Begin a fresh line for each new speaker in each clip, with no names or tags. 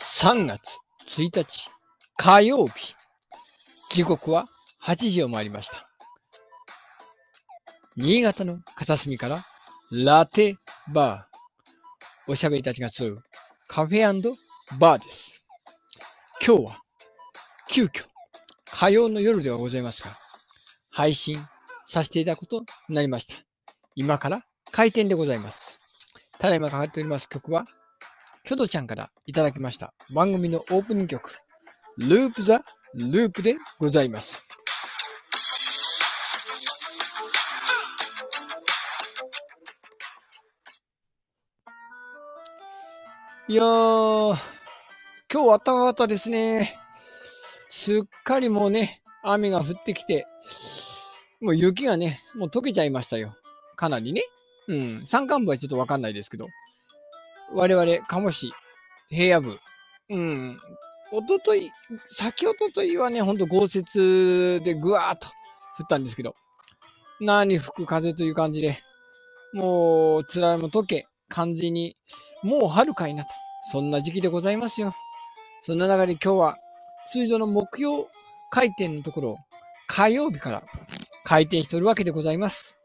3月1日火曜日時刻は8時を回りました新潟の片隅からラテバーおしゃべりたちが集うカフェバーです今日は急遽火曜の夜ではございますが配信させていただくことになりました今から開店でございますただいまかかっております曲はキョドちゃんからいただきました番組のオープニング曲、ループザ・ループでございます。いやー、今日は暖かかったですね。すっかりもうね、雨が降ってきて、もう雪がね、もう溶けちゃいましたよ。かなりね。うん、山間部はちょっとわかんないですけど。我々、鴨市、平野部、うん、おととい、先おとといはね、ほんと豪雪でぐわーっと降ったんですけど、何吹く風という感じで、もう、つららも溶け、完全に、もう春かいなと、そんな時期でございますよ。そんな中で今日は、通常の木曜開店のところを、火曜日から開店しておるわけでございます。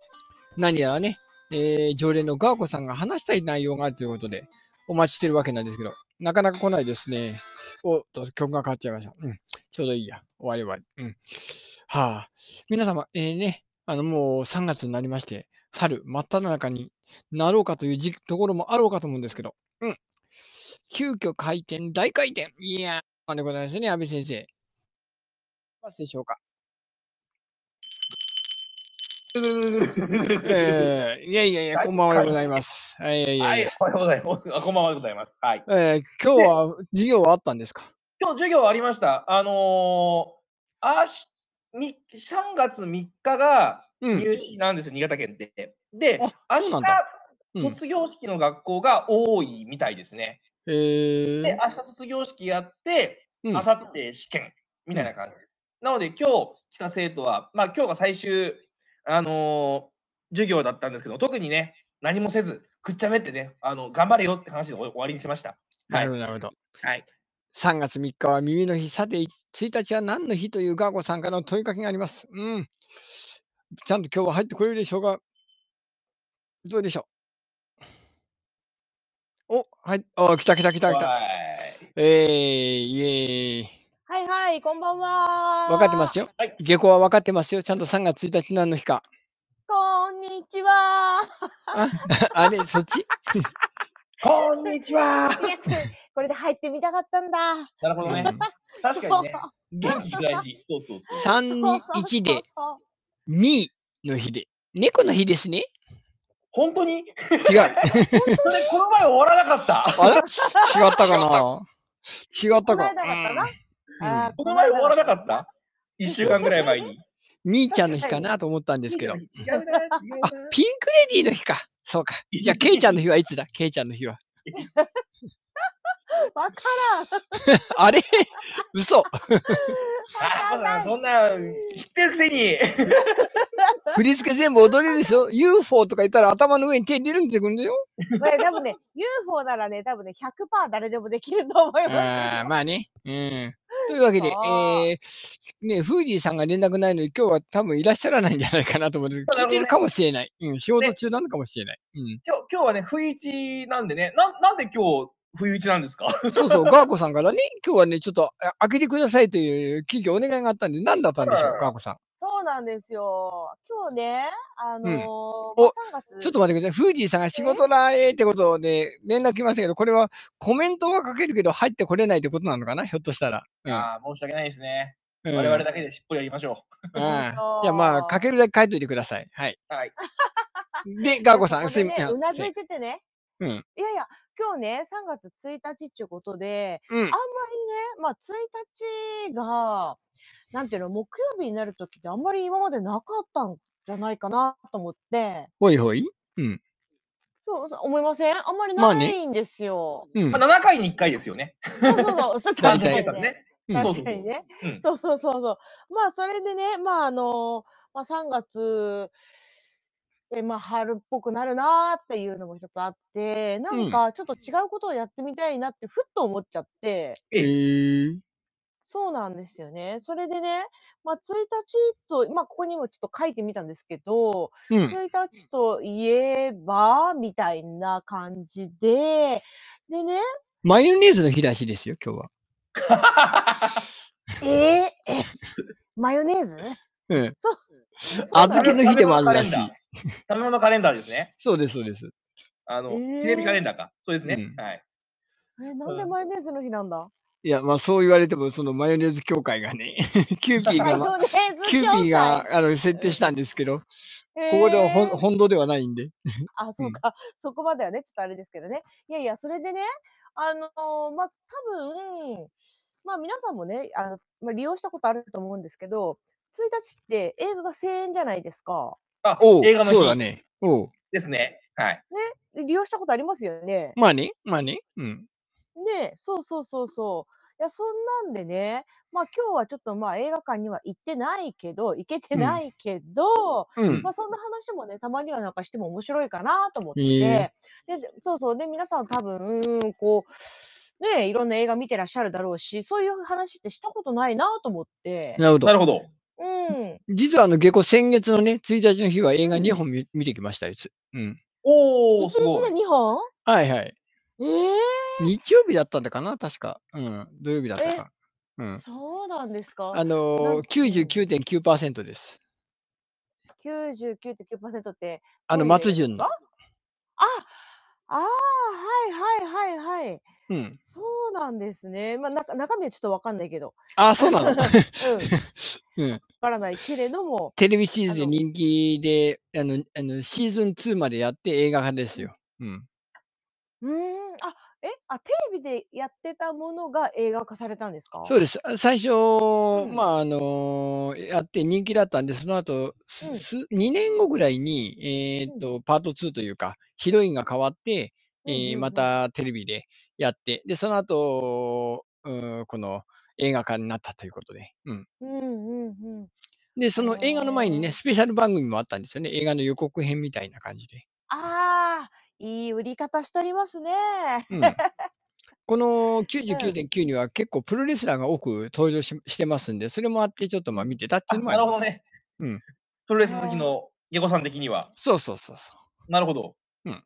何やらね、えー常連のガーコさんが話したい内容があるということで、お待ちしてるわけなんですけど、なかなか来ないですね。おっと、曲が変わっちゃいました。うん。ちょうどいいや。終わり終わり。うん。はあ。皆様、えーね、あの、もう3月になりまして、春、真っ只中になろうかという時期ところもあろうかと思うんですけど、うん。急遽回転、大回転。いやー、でございますね、安倍先生。ますでしょうか。えー、いやいやいや、
大
こんばんはでございます。はい、いやいやいや
はい、おはようございます。あこんばんはございます。はい。
えー今日は授業はあったんですか
今日授業ありました。あのー、あし、み、3月3日が
う
入試なんですよ、新潟県で。で、明
あそうなんだう
日、
ん
卒業式の学校が多いみたいですね。
えー
で、明日卒業式やって、
うん
明後日試験みたいな感じです。なので、今日来た生徒は、まあ、今日が最終、あのー授業だったんですけど、特にね、何もせず、くっちゃべってね、あの頑張れよって話で終わりにしました。
な
はい
るほど、なるほど。
はい。
3月3日は耳の日、さて、1日は何の日というガーゴさんからの問いかけがあります。うん。ちゃんと今日は入ってこれるでしょうかどうでしょうお、はい。あ、来た来た来た来た。
わーい
えー、イエーイ。
はいはい、こんばんは。
分かってます
よ。
よ
はい。
下校は分かってますよ。ちゃんと3月1日何の日か。
こんにちは。
あ、あれ、そっ ち
こんにちは。
早くこれで入ってみたかったんだ。
なるほどね
う。ん
確かにね。元気大 事。そうそうそう。
3、1で、ミーの日で。猫の日ですね。
本当に
違う。
それこの前終わらなかった。
あれ違ったかな違った
この
か。
間だったな。
うん
あー
この前終わらなかった。一週間ぐらい前に。
みーちゃんの日かなと思ったんですけど
違。うな。違う
あ
な、
ピンクレディーの日か。そうか。じ ゃあ、ケイちゃんの日はいつだケイちゃんの日は。
わからん。
あれ嘘。
あまだそんな、知ってるくせに。
振り付け全部踊れるでしょ ?UFO とか言ったら頭の上に手出るんでくるんだよ。
これ多分ね、UFO ならね、多分ね、100%誰でもできると思い
あ
ま
ーまあね。うん。というわけで、え
あ
ー、ね、フージーさんが連絡ないので、今日は多分いらっしゃらないんじゃないかなと思って、聞いてるかもしれない。うん、仕事中なのかもしれない。うん。
今日、今日はね、不一なんでね。なん、なんで今日、不一なんですか。
そうそう、ガーコさんからね、今日はね、ちょっとあ開けてくださいという企業お願いがあったんで、何だったんでしょ
あ
う、
ら
ガーコさん。
す。そうなんですよ。今日ね、あ
う
のー
ん
まあ
お
3月
ちょっと待ってください、フージーさんが仕事だえーってことで連絡来ましたけど、これはコメントはかけるけど、入ってこれないってことなのかな、ひょっとしたら。うん
ああ、申し訳ないですね。
うん
我々だけでしっぽりやりましょ
うんじゃあまあ、かけるだけ書いといてください。はい。
う。はい。
で、ガーコさ ん、
そ
す
こ
い
で
ま
ね
せん。
うなず
すい
いててね。
うん
いやいや、今日ね、3月1日っていうことで、
うん
あんまりね、まあ、1日が、なんていうの、木曜日になるときってあんまり今までなかったんじゃないかなと思って、
ほいほい。
そう、そう思いませんあんまり
まあ
な
ね
いんですよ。
うん
まあ、。七回に一回ですよね。
そうそう そう、そ
大
う確
体
か
計
に
算
ね。
ね。
うん
そうそう
確
そ
か
う
にね。
うん。
そうそうそうそう。まあ、それでね、まあ、あの、まあ、3月、で、まあ、春っぽくなるなーっていうのも一つあって、なんかちょっと違うことをやってみたいなってふっと思っちゃって、
えー、
そうなんですよね。それでね、まあ、1日と、まあ、ここにもちょっと書いてみたんですけど、
うん、
1日といえば、みたいな感じで、で ね。
マヨネーズの日らしいですよ、今日は。
えー、え、マヨネーズ
うん。そう。小豆の日でもあるらしい。
食べ物カレンダーですね。
そうです、そうです。
あの、えー、記念日カレンダーか。そうですね。うん、はい。
え、なんでマヨネーズの日なんだ、
いや、まあそう言われても、そのマヨネーズ協会がね、 キューピーが、まあ、キューピーがあの設定したんですけど、えー、ここではほ本堂ではないんで。
あ、そうか、そこまではね、ちょっとあれですけどね。いやいや、それでね、あのー、まあ多分、まあ皆さんもね、あのまあ、利用したことあると思うんですけど、1日って映画が1000円じゃないですか。
あ、お映画の
そうだね。お
ですね。はい。
ね、利用したことありますよね。
まあね、まあね。うん。
ね、そうそうそうそう。いや、そんなんでね、まあ今日はちょっとまあ映画館には行ってないけど、行けてないけど、うん、まあそんな話もね、たまにはなんかしても面白いかなと思って、えー、でそうそう、で、皆さん多分、こう、ね、いろんな映画見てらっしゃるだろうし、そういう話ってしたことないなと思って。
なるほど。
なるほど。
うん。
実はあの、下校先月のね、1日の日は映画2本見,、見てきましたよ、うん。
お
ー、すご1日で2本
はいはい。
えー、
日曜日だったんだかな確か。うん。土曜日だったか。うん、
そうなんですか
あのー、99.9%です。
99.9%って。
あの、松潤の。あ
ああはいはいはいはい。
うん、
そうなんですね。まあ、な中身はちょっとわかんないけど。
あそうなの
うん。わからないけれども。
テレビシリーズで人気で、あの、あのシーズン2までやって映画化ですよ。うん。
うん、あ、え、あ、テレビでやってたものが映画化されたんですか。
そうです。最初、うん、まあ、あのー、やって人気だったんで、その後、うん、す、二年後ぐらいに、えー、っと、うん、パート2というか、ヒロインが変わって。えー、またテレビでやって、で、その後、うん、この映画化になったということで。うん。
うんうんうん。
で、その映画の前にね、スペシャル番組もあったんですよね。映画の予告編みたいな感じで。
ああ、いい売り方しておりますね。
うん、 この99.9には結構プロレスラーが多く登場ししてますんで、それもあってちょっとまあ見てたっていうのもあ
ります。なるほどね。
うん、
プロレス好きのゲコさん的には。。
そうそうそうそう
なるほど。
うん、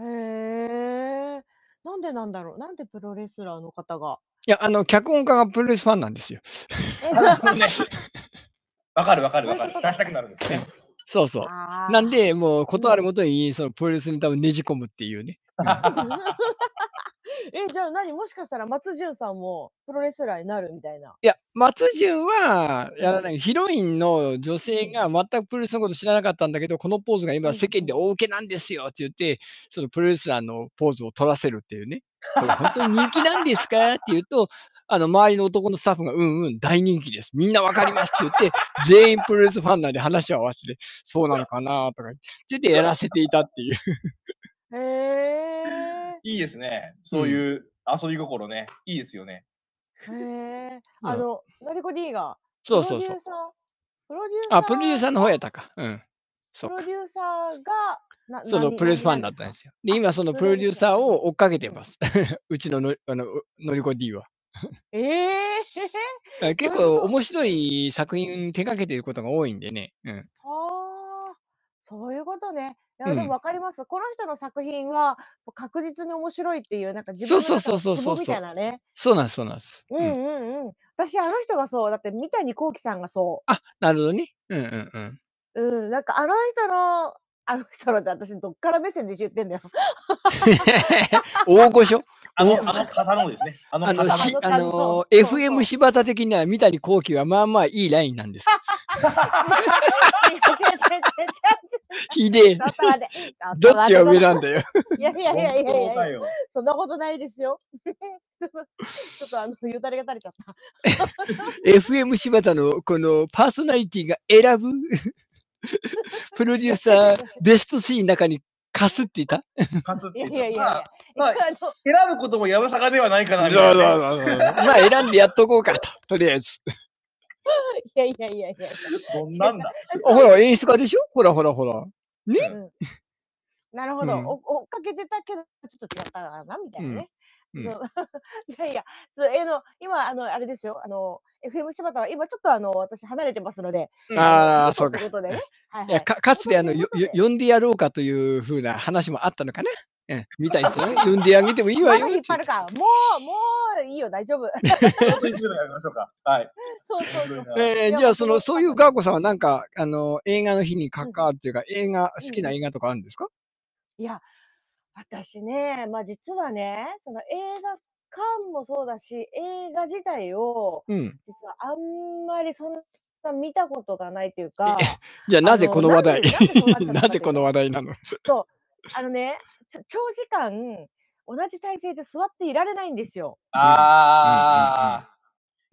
へえ。なんでなんだろうなんでプロレスラーの方が。
いや、あの、脚本家がプロレスファンなんですよ。
わかるわかるわかる。出したくなるんですよね。
そうそう。 なんで、もう断るごとに、そのプロレスに多分ねじ込むっていうね。うん、
え、じゃあ何もしかしたら松潤さんもプロレスラーになるみたいな。
いや、松潤はやらない。ヒロインの女性が全くプロレスのこと知らなかったんだけど、このポーズが今世間で大受けなんですよって言って、そのプロレスラーのポーズを取らせるっていうね。本当に人気なんですかって言うと、あの、周りの男のスタッフが、うんうん、大人気です。みんなわかりますって言って、全員プロレスファンなんで話は合わせて、そうなのかなとか、ちょっとやらせていたって いう。
へえ。
いいですね。そういう遊び心ね。うん、いいですよね。
へえ。あの、のりこ D が。
そうそうそう。
プロデューサー。
あ、プロデューサーの方やったか。うん。
プロデューサーが、
そのプロレスファンだったんですよ。で、今そのプロデューサーを追っかけてます。 うちののあののりこ D は。
ええ
ー、結構面白い作品手掛けていることが多いんでね。うん、
あそういうことね。いやでも分かります、うん、この人の作品は確実に面白いっていう、なんか自分の中のみたいなね。
そうなんです、そうなんです。。
うんうんうん。私、あの人がそう、だって三谷幸喜さんがそう
あなるほどね。うんうん
うん。うん、なんかあの人のあの人なんて私どっから目線で 言ってんだよ。
大御所
あの、あの方のですね。あの、あの、
あの FM 柴田的には三谷幸喜はまあまあいいラインなんです。ひでえ。どっちが上なんだよ。
いやいやいやいやいやそんなことないですよ。 ちょっとあの、 よだれが垂れちゃった。
FM 柴田のこのパーソナリティが選 ぶ。プロデューサー、ベストシーンの中にかすっていた
かすっていた。いやいやいやまあ、ま あ、選ぶこともやぶさかではないかなみ
たいな、まあ、選んでやっとこうかと、とりあえず。
いやいやいやいや。
そんなんだ。
ほら、演出家でしょほらほらほら。ね
うん
なるほど、
うん
お追っかけてたけど、ちょっと違ったかなみたいなね。
うん
そう いやいや、そうえーの今、あの、あれですよ、あの、FM 柴田は今、ちょっとあの、私、離れてますので、
うん
ああ、
の
そうか
とい。ことでね。はい
い
は
や
い。
かかつてあの
そういう
よ
ことで
よ呼んでやろうかというふうな話もあったのかな、うん、みたい ですよね。呼んであげてもいいわ
ま
よ
だ
っ
引って張るか。もう、もういいよ、大丈夫。
ト ークイズムやりましょうか。はい。
そうそうそう。
えーじゃあそのそういうガーコさんはなんかあの映画の日に関わるというか、映画好きな映画とかあるんですか、
いや、私ね、まあ実はね、その映画館もそうだし、映画自体を、
うん、
実はあんまりそんな見たことがないというか、
じゃあなぜこの話題
あの
なぜこの話題 なの
そう、あのね、ちょ長時間、同じ体勢で座っていられないんですよ。
ああ、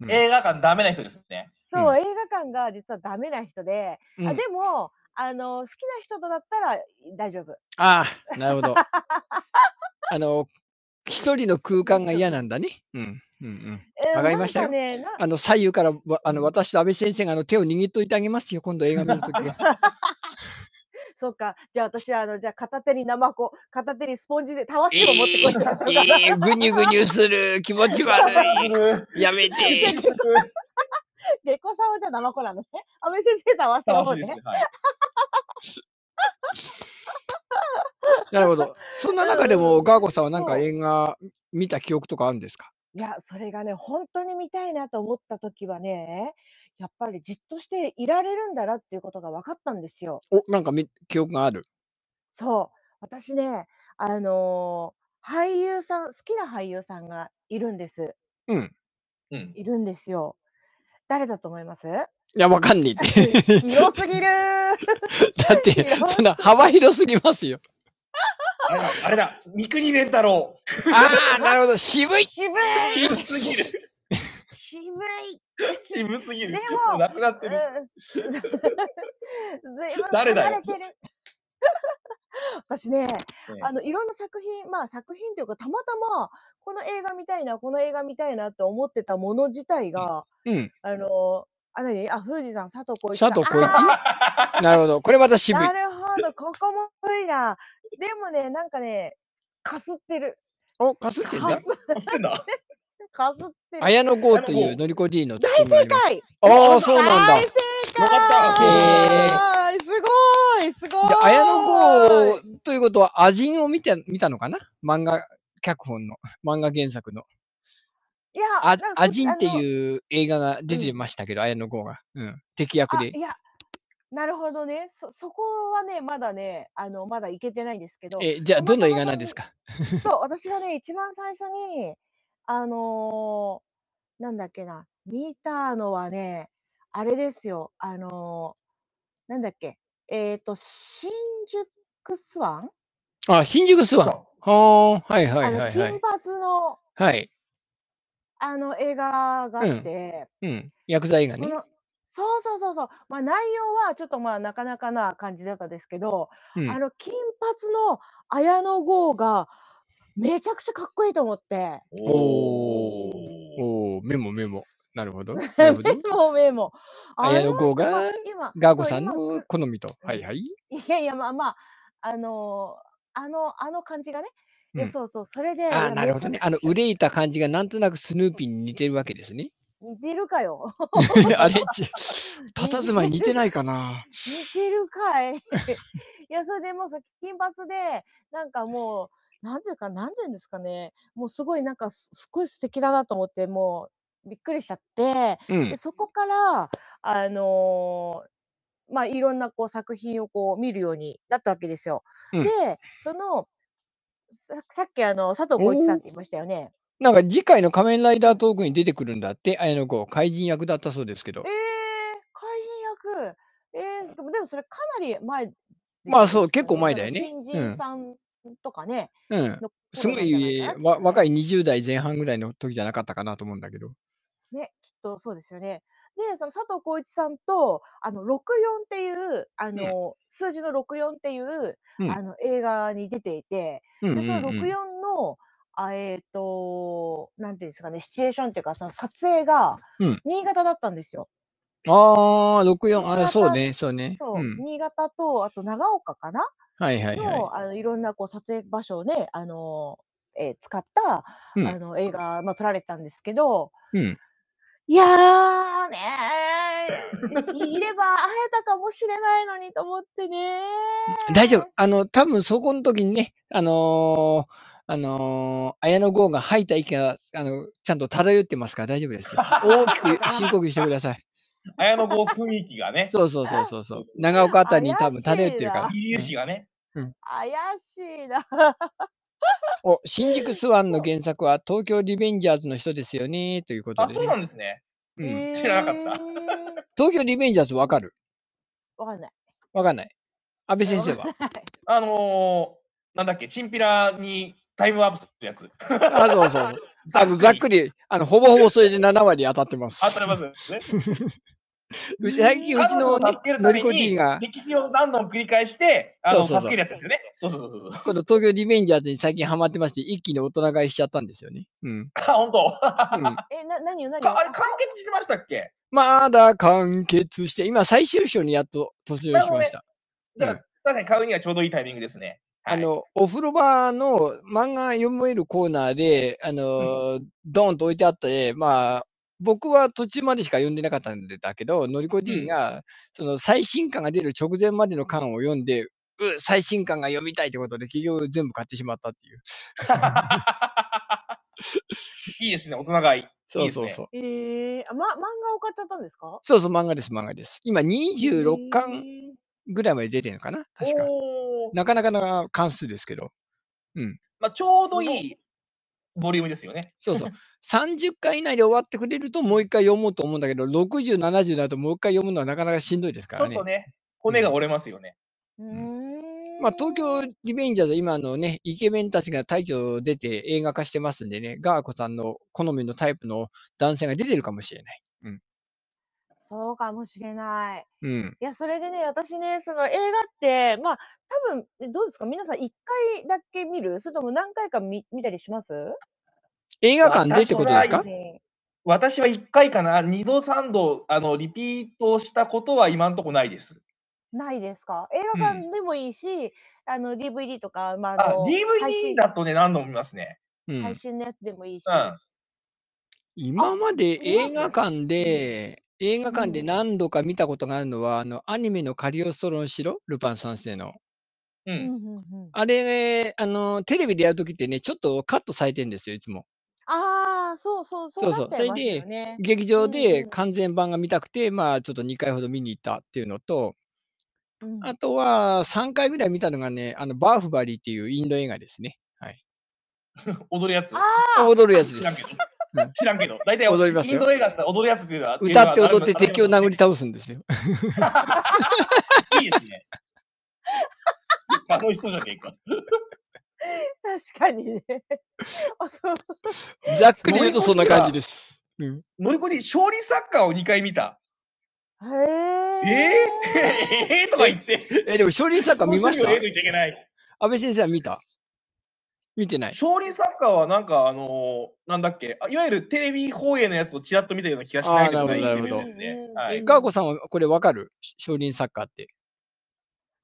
うんうんうん
映画館ダメな人ですね。
そう、
うん
映画館が実はダメな人で、
うん
あでも、あの、好きな人とだったら大丈夫。
ああなる ほど。あの一人の空間が嫌なんだね。うんうん うん、
えー
わかりましたよ
なんかね、な
あの左右からわあの私と安倍先生があの手を握っといてあげますよ今度映画見るときは。
そっか。じゃあ私は、あの、じゃあ片手にナマコ、片手にスポンジでたわしを持ってこいってなったのかな。
えー、ぐにゅぐにゅする気持ち悪い。やめ て。
レコさんはじゃあナマコなのね。 安倍先生たわしの方
楽しい
ね。
ですねは
ね。
い
なるほど。そんな中で
うんうんう
も、
ん
ガーゴさんはなんか
そう
映画見た記憶とかあるんですか
いや、それがね、本当に見たいなと思った時はね、やっぱりじっとしていられるんだなっていうことが分かったんですよ。
お、なんかみ記憶がある。
そう。私ね、あのー俳優さん、好きな俳優さんがいるんです。
うん。
うん。
いるんですよ。誰だと思 います
いや、わかんねえって。
広すぎるー
だって、
広
そんな幅広すぎますよ。
あれだ、あれだ、三国連太郎。
ああ、なるほど。渋い。
渋い
渋すぎる。
渋い
渋すぎる。
で
も
も
うなくなってる。
うん ずいぶん
誰だよ
離れてる 私ね、
ええ
あのいろんな作品、まあ作品というか、たまたまこの映画見たいな、この映画見たいなと思ってたもの自体が、
うん。
あの、あ、何あ、富士山、佐藤浩市
佐
さん。
藤浩
あ
市なるほど。これまた渋い
な。るほど、ここも古いな。でもね、なんかね、かすってる。
お、かすってんだ。
あ知ってんだ。
かすってる。
綾野剛というのりこ D のツ
大
ッコミがあります。
正解
ああ、そうなんだ
大。正解
よか
すごいすごい
で綾野剛ということは、アジンを見て、見たのかな漫画脚本の、漫画原作の。
いや、
あ
なんか
アジンって
う
いう映画が出て
うん
ましたけど、綾野剛が。うん。敵役
あ
で
い。や、なるほどね。そ、そこはね、まだね、あの、まだいけてないんですけど、
え、じゃあ、
たま
どの映
たま
画な
そ
ん
の
ですか
そう、私がね、一番最初に、あのーなんだっけな、見たのはね、あれですよ、あのーなんだっけ、えっ、と、新宿スワン、
あ、新宿スワン。はあ、はいはいは
あの、
いは
金
い。
髪の、
はい。
あの、映画があって、
うん。薬剤映画ね
こ。のそうそうそうそう、まあ、内容はちょっとまあなかなかな感じだったんですけど、
うん
あの金髪の綾野剛がめちゃくちゃかっこいいと思って
おー
おー。
おーメモメモ。なるほど。な
メ
るほど。
モメモあ
綾野
の
剛
人
が
今
ガーゴさん
そう
の好みと。
うん
はいはい。
今いやいやまあまああのーあのあの感じがね、いや
うん
そうそうそれでい
あ
や
ーなるほどね
め。ちゃ
あの、憂いた感じがなんとなくスヌーピーに似てるわけですね。
似てるかよ
あ れちたたずまい似てないかな。
似てるかい いやそれでもうそう金髪でなんかもうなんていうかなんていうんですかねもうすごいなんかすすごい素敵だなと思ってもうびっくりしちゃって
う
で
ん。
そこからあのーまあいろんなこう作品をこう見るようになったわけですよ。
うん
でそのささっきあの佐藤浩市さんって言いましたよね。
なんか次回の仮面ライダートークに出てくるんだって、綾野剛。怪人役だったそうですけど
えー、。怪人役えー、でもでもそれかなり前です
まあ
よ
そう
きっ
結構
と
前だよね
その新
う
人
ん
さんとかね、
うん。
の
すご
頃なんじ
い
ゃなかな
わ若
きっ
い20代前半ぐらいの時じゃなかったかなと思うんだけど。
とね、きっとそうですよね。で、その佐藤浩市さんと、あの、64っていう、あの、数字の64っていう、
うん
あの、映画に出ていて、
うんうん
で、その
うん
64の、あえっ、と、なんていうんですかね、シチュエーションっていうか、その撮影が
うん、
新潟だったんですよ。
ああ、64、
ま
あ
た
そうね、そうね。
そう、
うん。
新潟と、あと長岡かな
はいはいはい。
の、あの、いろんなこう撮影場所をね、あの、えー使った、
うん
あの、映画、まあ、撮られたんですけど、
うん。
いやーねー、いいれば会えたかもしれないのにと思ってね ー。
大丈夫。あの、多分そこの時にね、あのーあのー、綾野剛が吐いた息が、あの、ちゃんと漂ってますから大丈夫です よ。大きく深呼吸してください。
綾野剛雰囲気がね、
そうそうそうそうそう
そう。
長岡あたりに多分
怪しい
漂
な
ってるから。
入江氏がね、
怪しいな。
お、新宿スワンの原作は東京リベンジャーズの人ですよね、ということ
あ、
で、
そう
ね
なんですね。
うん
知らなかった
えー
東京リベンジャーズわかる
わかんない。
わかんない。安倍先生は。
あのー、なんだっけ、チンピラにタイムワープするやつ。
あ、そうそうそう。あの、ざっくり、あの、ほぼほぼそれで7割当たってます。
当たりますよね。
うち最近うち
彼女
の、
を助
ね
け、る
乗
た
り
め
越え D
に
が、
歴史を何度も繰り返して、あの
そうそうそう
助けるやつですよね。そうそうそうそう。
この東京リベンジャーズに最近ハマってまして、一気に大人買いしちゃったんですよね。 うん。
あ、本当。
うん、
え、な、何よ、何よ
かあれ完結してましたっけ？
まだ完結して、今最終章にやっと突入しました。
じゃあ、
うん
確かに買うにはちょうどいいタイミングですね。は
あ
い、
の、お風呂場の漫画読めるコーナーで、あの、ドーンと置いてあって、まあ、僕は途中までしか読んでなかったんだけど、のりこ
う
D
ん
が、その最新刊が出る直前までの巻を読んで、う最新刊が読みたいってことで、企業全部買ってしまったっていう。
いいですね、大人買い。
そ
いうです
そう
ね
そう。
えー、あ、ま、漫画を買っちゃったんですか
そうそう、漫画です、漫画です。今26巻
えー
ぐらいまで出てるのかな確か。
おー
なかなかな関数ですけど。
まあ、ちょうどいいボリュームですよね。
そうそう。30回以内で終わってくれるともう一回読もうと思うんだけど、60、70だともう一回読むのはなかなかしんどいですか
ちょ
ら
っ
ね
と。ね、骨が折れますよね。
うーん
まあ、東京リベンジャーズ、今のね、イケメンたちが退去出て映画化してますんでね、ガーコさんの好みのタイプの男性が出てるかもしれない。
そうかもしれない。
うん。
いや、それでね、私ね、その映画って、まあ、多分、えどうですか皆さん一回だけ見るそれとも何回か見見たりします
映画館でってことです
私は
か
ね
私は1回かな、2度、3度、あのリピートしたことは今んとこないです。
ないですか映
うん
画館でもいいし、あの、DVD とか、まあ、あ
あ、
の配
DVD
信
だとね、何度も見ますね。
う
配
ん。
信のやつでもいいし。
うん。
今まで
見ま
映
す
画館で、映画館で
うん
何度か見たことがあるのは、あの、アニメのカリオストロの城、ルパン三世の。
う
うん
ん。
うんうん
あれ、あの、テレビでやるときってね、ちょっとカットされてんですよ、いつも。
ああ、そうそう、そう
そう
な
そう
っちゃいますよ
そ
ね。
劇場
う
で
ん
完全版が見たくて、まあ、ちょっと2回ほど見に行ったっていうのと、
うん
あとは3回ぐらい見たのがね、あの、バーフバリーっていうインド映画ですね。はい。
踊るやつ。
ああ
踊るやつ
知
で
らんけ
す
ど。
うん
知らんけど。大体、
踊りますよ
インド映画って踊るやつっていうのは。
歌って踊って敵を殴
り。
り倒すんです よ。
いいですね。楽しそうじゃねえか。
確かにね。 あ、そう。
ざっくり言うとそんな感じです。うん、
のりこに勝利サッカーを2回見た。
へ
えー、
え。
えーとか言って。
え、でも、少林サッカー見ました
えと言っちゃいけない。
安倍先生は見た見てない。
少林サッカーはなんかあのーなんだっけあいわゆるテレビ放映のやつをちらっと見たような気がしないでもない
あーなるほど
レベルですね
なるほど
は
え
い
ガーコさんはこれわかるし少林サッカーって。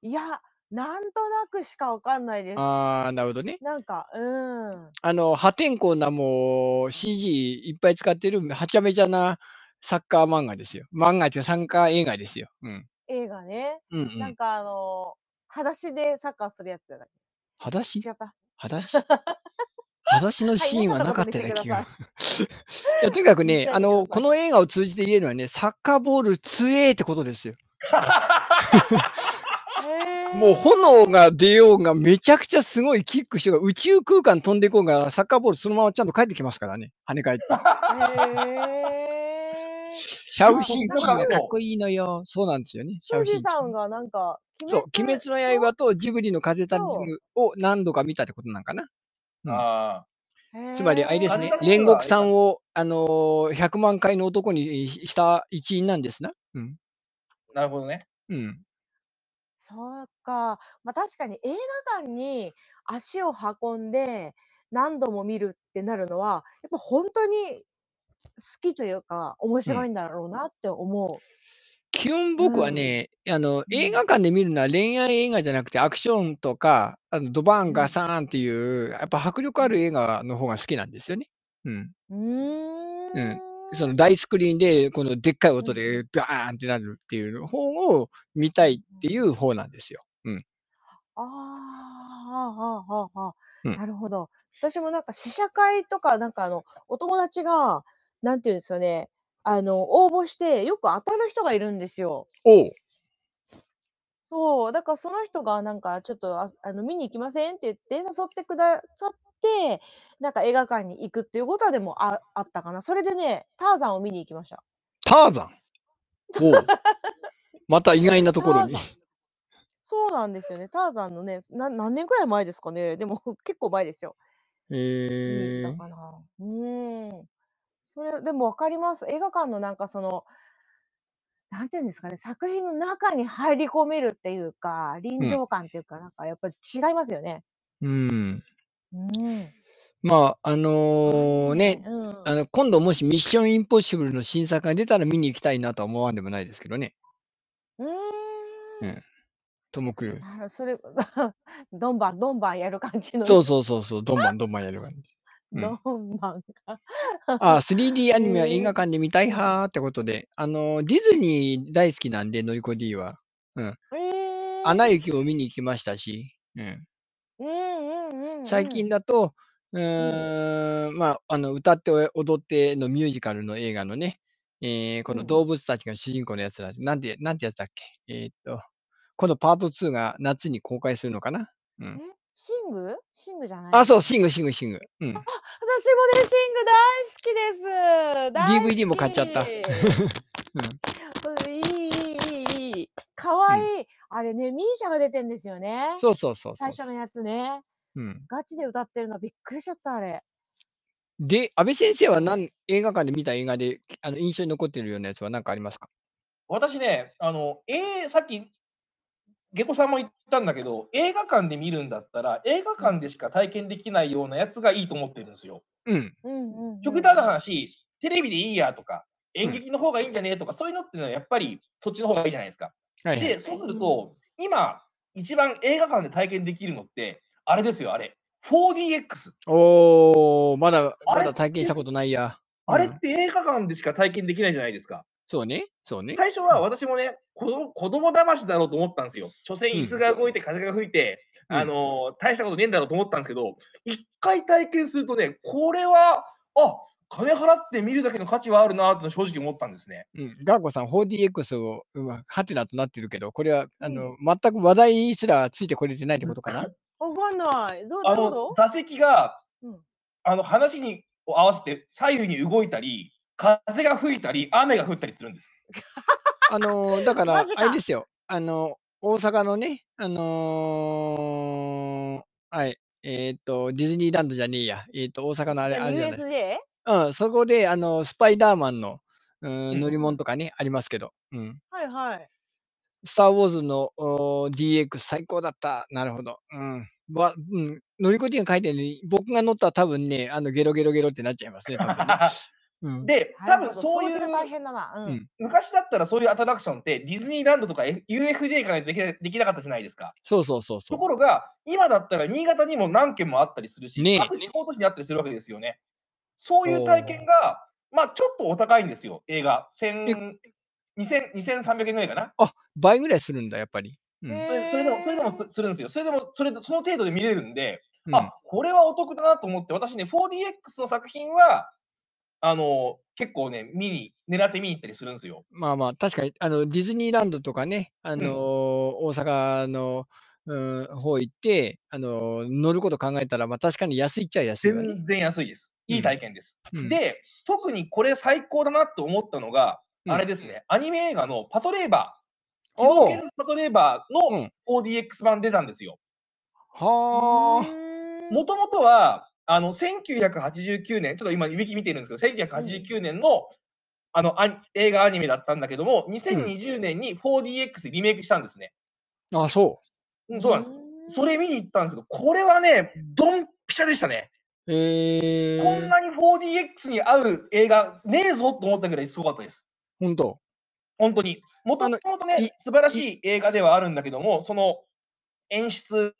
いや、なんとなくしかわかんないです。
あー、なるほどね。
なんか、うん。
あの、破天荒なもう CG いっぱい使ってる、はちゃめちゃなサッカー漫画ですよ。漫画っていうかサッカー映画ですよ。うん。
映画ね。
うんう
なん
ん。
かあの、裸足でサッカーするやつじゃない。
裸足
違 った。
裸足裸足 のシーンはなかったような気が。 いやとにかく
見
ね、
たい
あ
見た
の、
い
この映画を通じて言えるのはね、サッカーボール強えってことですよ。
へー
もう炎が出ようが、めちゃくちゃすごいキックしようが、宇宙空間飛んでいこうが、サッカーボールそのままちゃんと帰ってきますからね、跳ね返って。
へ ー。
シャウシン キー
そう
がかっこいいのよ。そうなんですよね、シャウシン
藤
キ
さ
ー
ん。がなんか、
そう、鬼滅の刃とジブリの風立ち
そう
ぬを何度か見たってことなんかな。
あ
の
つまり、あれですね
へー、
煉獄さんを、あのー、100万回の男にした一員なんですな。うん。
ーなるほどね
うん。
そうか。まあ確かに映画館に足を運んで何度も見るってなるのは、やっぱ本当に好きというか面白いんだろうなって思う。
基本僕はね、あの、映画館で見るのは恋愛映画じゃなくてアクションとか、あのドバー
う
ン
ん
ガサーンっていう、やっぱ迫力ある映画の方が好きなんですよね。うん。
うー
うんん。その大スクリーンで、このでっかい音でバーンってなるっていう方を見たいっていう方なんですよ。うん。
あーはあはあはあはあ
うん
なるほど。私もなんか試写会とか、なんかあの、お友達が、なんていうんですかね、あの、応募してよく当たる人がいるんですよ。
おう。
そう、だからその人がなんかちょっとああの見に行きませんって言って誘ってくださって、なんか映画館に行くっていうことはでもああったかな。それでね、ターザンを見に行きました。
ターザン。おう。 また意外なところに
ター。そうなんですよね。ターザンのね、な何年くらい前ですかね。でも 結構前ですよ。見に
え
行
ー
ったかな。うーん。それ、でもわかります。映画館のなんかその、なんていうんですかね、作品の中に入り込めるっていうか、臨場感っていうか、なんかやっぱり違いますよね。
うん。
うん。
まあ、あのーね、
うん。
あの、今度もしミッションインポッシブルの新作が出たら見に行きたいなとは思わんでもないですけどね。
うーん。
トム・クルーズ。
なるそれ、 どんばんどんばんやる感じのね。
そうそうそうそう、どんばんどんばんや る感じ。うん
どんばんが。
あ、3D アニメは
へえ
映画館で見たいはーってことで、あの、ディズニー大好きなんで、のりこ D は。
えー、
アナ雪を見に行きましたし、うん、
うんうんうんうん。
最近だと、うーん、まあ、あの、歌って踊ってのミュージカルの映画のね、えーこ
う
の
ん
動物たちが主人公のやつなんです。なんて、なんてやつだっけえーっと、このパート2が夏に公開するのかなうん
え。シングシングじゃない
あ、
う。
そう、シング、シング、シング。うん。
私もね、シング大好きです。大好き
DVD も買っちゃった
うんいい、いい、いい、いい。かわいい。あれね、ミーシャが出てんですよね。
そうそうそうそう
最初のやつね。
うん。
ガチで歌ってるのびっくりしちゃった、あれ。
で、安倍先生は何映画館で見た映画であの印象に残ってるようなやつは何かありますか
私ね、あの、えーさっき、下戸さんも言ったんだけど、映画館で見るんだったら、映画館でしか体験できないようなやつがいいと思ってるんですよ。
うん。
うんうん、うん。
極端な話、テレビでいいやとか、演劇の方がいいんじゃねえとか、そういうのってのはやっぱりそっちの方がいいじゃないですか。
はい、はい。
で、そうすると、今、一番映画館で体験できるのって、あれですよ、あれ。4DX。
おー、まだ、
あ
ま
れ
だ体験したことないや。
あれ
う
っ
ん
て映画館でしか体験できないじゃないですか。
そうね。そうね。
最初は私もね、子供子供騙しだろうと思ったんですよ。所詮
うん
椅子が動いて風が吹いて、
うん
あのー大したことねえんだろうと思ったんですけど、一回体験するとね、これは、あ金払って見るだけの価値はあるなーって正直思ったんですね。
うん。ガーコさん、4DX を、うわハテナとなってるけど、これは、あの、全く話題すらついてこれてないってことか な
わかんない。どう
あ
どう
の
ぞ。
座席が
うん
あの話にを合わせて左右に動いたり、風が吹いたり、雨が降ったりするん です。
あのー、だから
マジ、か
あれですよ。あの、大阪のね、あのーはい。えっ、と、ディズニーランドじゃねえや。えっ、と、大阪のあれ、あれじゃないですか
USJ?
うん、そこで、あの、スパイダーマンの、うん
うん
乗り物とかね、ありますけど、うん。
はいはい。
スター・ウォーズのおー DX 最高だった。なるほど。うん。わうん、乗り越えが書いてるのに、僕が乗ったら多分ね、あの、ゲロゲロゲロってなっちゃいますね、多 分ね。うん、
で、多
なるほ
分
ど
そうい
する
う
と大変だな。うん。
うん
昔だったらそういうアトラクションってディズニーランドとか F- UFJ からできなできなかったじゃないですか。
そうそうそうそ
と
う。
ころが、今だったら新潟にも何件もあったりするし、
ねえ
各地方都市にあったりするわけですよね。そういう体験が、まあちょっとお高いんですよ、映画。千2000 2300円ぐらいかな。
倍ぐらいするんだ、やっぱり。うん
え
それそれでも、それでも
へー
すするんですよ。それでも、それでその程度で見れるんで、
うん
あこれはお得だなと思って、私ね、4DX の作品は、あの結構ね、見に、狙って見に行ったりするんですよ。
まあまあ、確かに、あの、ディズニーランドとかね、あのー大阪の、うん、方行って、あのー乗ること考えたら、まあ確かに安いっちゃ安いわね。
全然安いです。いい体験です。
うん
で、特にこれ最高だなと思ったのが、
うん
あれですね、アニメ映画のパトレーバー、機
お
動
う
警察パトレーバ
う
ー
ん
の 4DX 版出たんですよ。
はあ。
もともとは、あの、1989年、ちょっと今、ウィキ見てるんですけど、1989年の、あの、アニ映画アニメだったんだけども、2020年に 4DX でリメイクしたんですね。
あ、そ
うん、そうなんです。
す
それ見に行ったんですけど、これはね、ドンピシャでしたね。
う。えー、
こんなに 4DX に合う映画ねえぞと思ったぐらいすごかったです。
本当。
本当に。もともと
あの
ね
い、
素晴らしい映画ではあるんだけども、その演出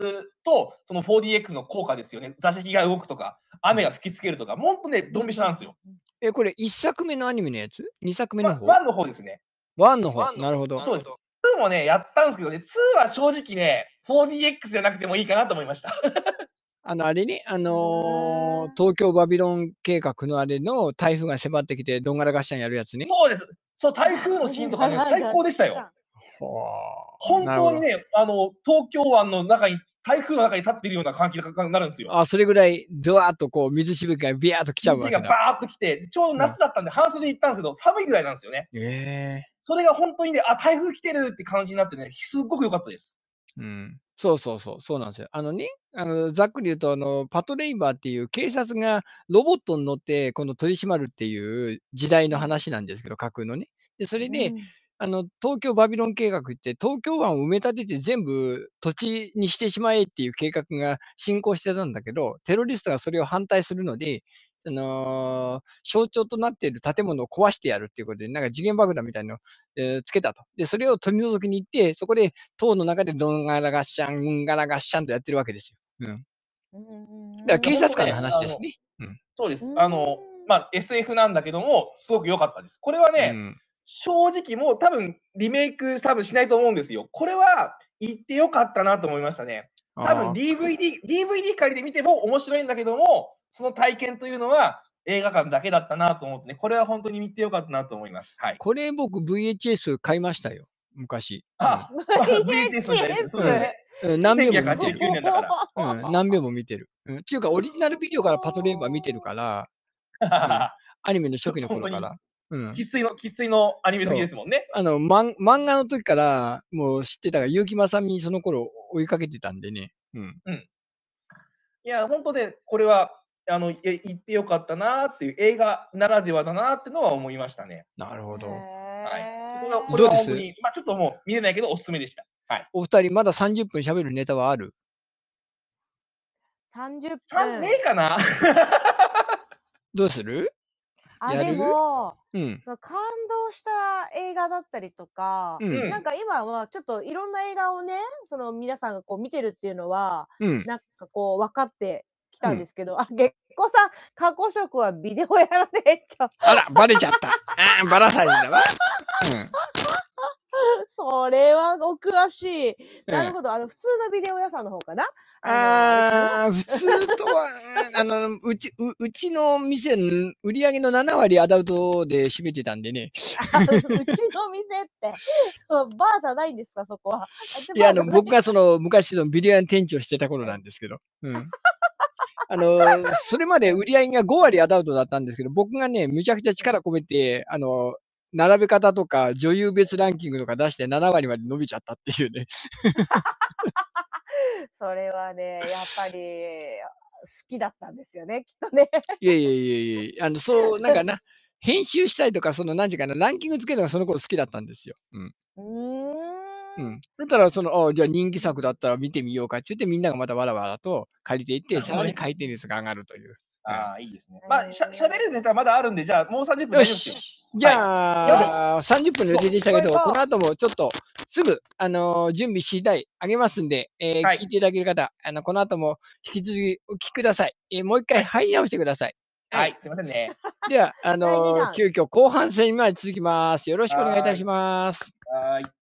とその 4DX の効果ですよね。座席が動くとか、雨が吹きつけるとか、もっとね、ドンピシャなんですよ。
え、これ1作目のアニメのやつ ?2 作目の
ま
方
ワンの方ですね。
?1 の
ワ
方。
ンの
なるほど。
そうです。2もね、やったんですけどね、2は正直ね、4DX じゃなくてもいいかなと思いました。
あの、あれね、あのー
へー
東京バビロン計画のあれの台風が迫ってきて、どんがらがっしゃんやるやつね。
そうです。そう、台風のシーンとかね、
はいは
最
いはい
高でしたよ。本
なるほ
当
ど
にね、あの、東京湾の中に、台風の中に立っているような感じになるんですよ。
あ、それぐらい、ドワーッとこう、水しぶきがビャーッと来ちゃうわ
水
け
が
だ。
バーッと来て、ちょうど夏だったんで、半袖で行ったんですけど、寒いぐらいなんですよね。
え
それが本当にね、あ、台風来てるって感じになってね、すっごく良かったです。
えうん。そうそうそう、そうなんですよ。あのね、あのざっくり言うとあの、パトレイバーっていう警察がロボットに乗って、この取り締まるっていう時代の話なんですけど、架空のね。で、それで、
うん
あの東京バビロン計画って東京湾を埋め立てて全部土地にしてしまえっていう計画が進行してたんだけどテロリストがそれを反対するので、あのー象徴となっている建物を壊してやるっていうことでなんか時限爆弾みたいなのを、えーつけたとでそれを取り除きに行ってそこで塔の中でどんがらがっしゃんうんがらがっしゃんとやってるわけですよ。うん、
うん
だから警察官の
なる
話
ほどね
ですね。
そうです
う。ん
あの、まあ、SF なんだけども、すごく良かったです。これはね、
うん
正直もう多分リメイク多分しないと思うんですよ。これは言ってよかったなと思いましたね。多分
あー
DVD、DVD 借りて見ても面白いんだけども、その体験というのは映画館だけだったなと思ってね、これは本当に見てよかったなと思います。はい。
これ僕 VHS 買いましたよ昔。
あ、VHS の時代ですそうですね。
うんうん何秒も見てる
1989年だから。
うん、何秒も見てる。うん、っていうか、オリジナルビデオからパトレーバー見てるから、アニメの初期の頃から。うん、
生粋の生粋のアニメ好きですもんね。
あの、まん漫画の時から、もう知ってたから、結城まさみにその頃追いかけてたんでね。うん。
いや、本当ね、これはあのえ言ってよかったなっていう映画ならではだなってのは思いましたね。
なるほど。
はい。そ
そ
こがこれ
どう
は
です
本当にまあちょっともう見れないけどおすすめでした。はい。
お二人、まだ30分喋るネタはある
三十
三
分。
ねえかな。
どうする
あ
やる
でも
うん。
その感動した映画だったりとか、
う
うん
ん。
なんか今はちょっといろんな映画をね、その皆さんがこう見てるっていうのは
うん。
なんかこう分かってきた
うん
んですけど、あ月光さん過去色はビデオやらねえっちゃう。
あら、バレちゃ った。あーバラされたわ。
それはお詳しい。
うん。
なる
うん
ほど。あの普通のビデオ屋さんの方 かな。
ああ、普通とは、うんあの、うち、ううちの店の売り上げの7割アダルトで占めてたんでね。
あのうちの店ってそうバーじゃないんですかそこは。
いや、あ
で
の、
バー
僕がその、昔、のビリヤン店長してた頃なんですけど。うん。あの、それまで売り上げが5割アダウトだったんですけど、僕がね、むちゃくちゃ力込めて、あの、並べ方とか、女優別ランキングとか出して7割まで伸びちゃったっていうね。
じゃないそれはねやっぱり好きだったんですよねきっと ね。
いやいやいやいやあの、そう、なんかな、編集したいとか、その、なんていうかな、ランキングつけるのがその頃好きだったんですよ。うん。
うー。
うんん。だったら、その、あじゃあ人気作だったら見てみようかって言って、みんながまたわらわらと借りていって、
なるほ
さ
ど
ら
ね
に回転率が上がるという。
ああ、いいですね。まあ、しゃ
えー
喋るネタまだあるんで、じゃあもう30分
よ
大丈夫です
し
よ。。
じゃあ、30分の予定でしたけど、
そう
この後もちょっとすぐ、あのー準備次第あげますんで、えー
はい
聞いていただける方、あの、この後も引き続きお聞きください。えーもう一回入り直してください。
はい、すみませ んね。
では、あ
第二
のー
弾
急遽後半戦にまで続きます。よろしくお願いいたします。
はーい。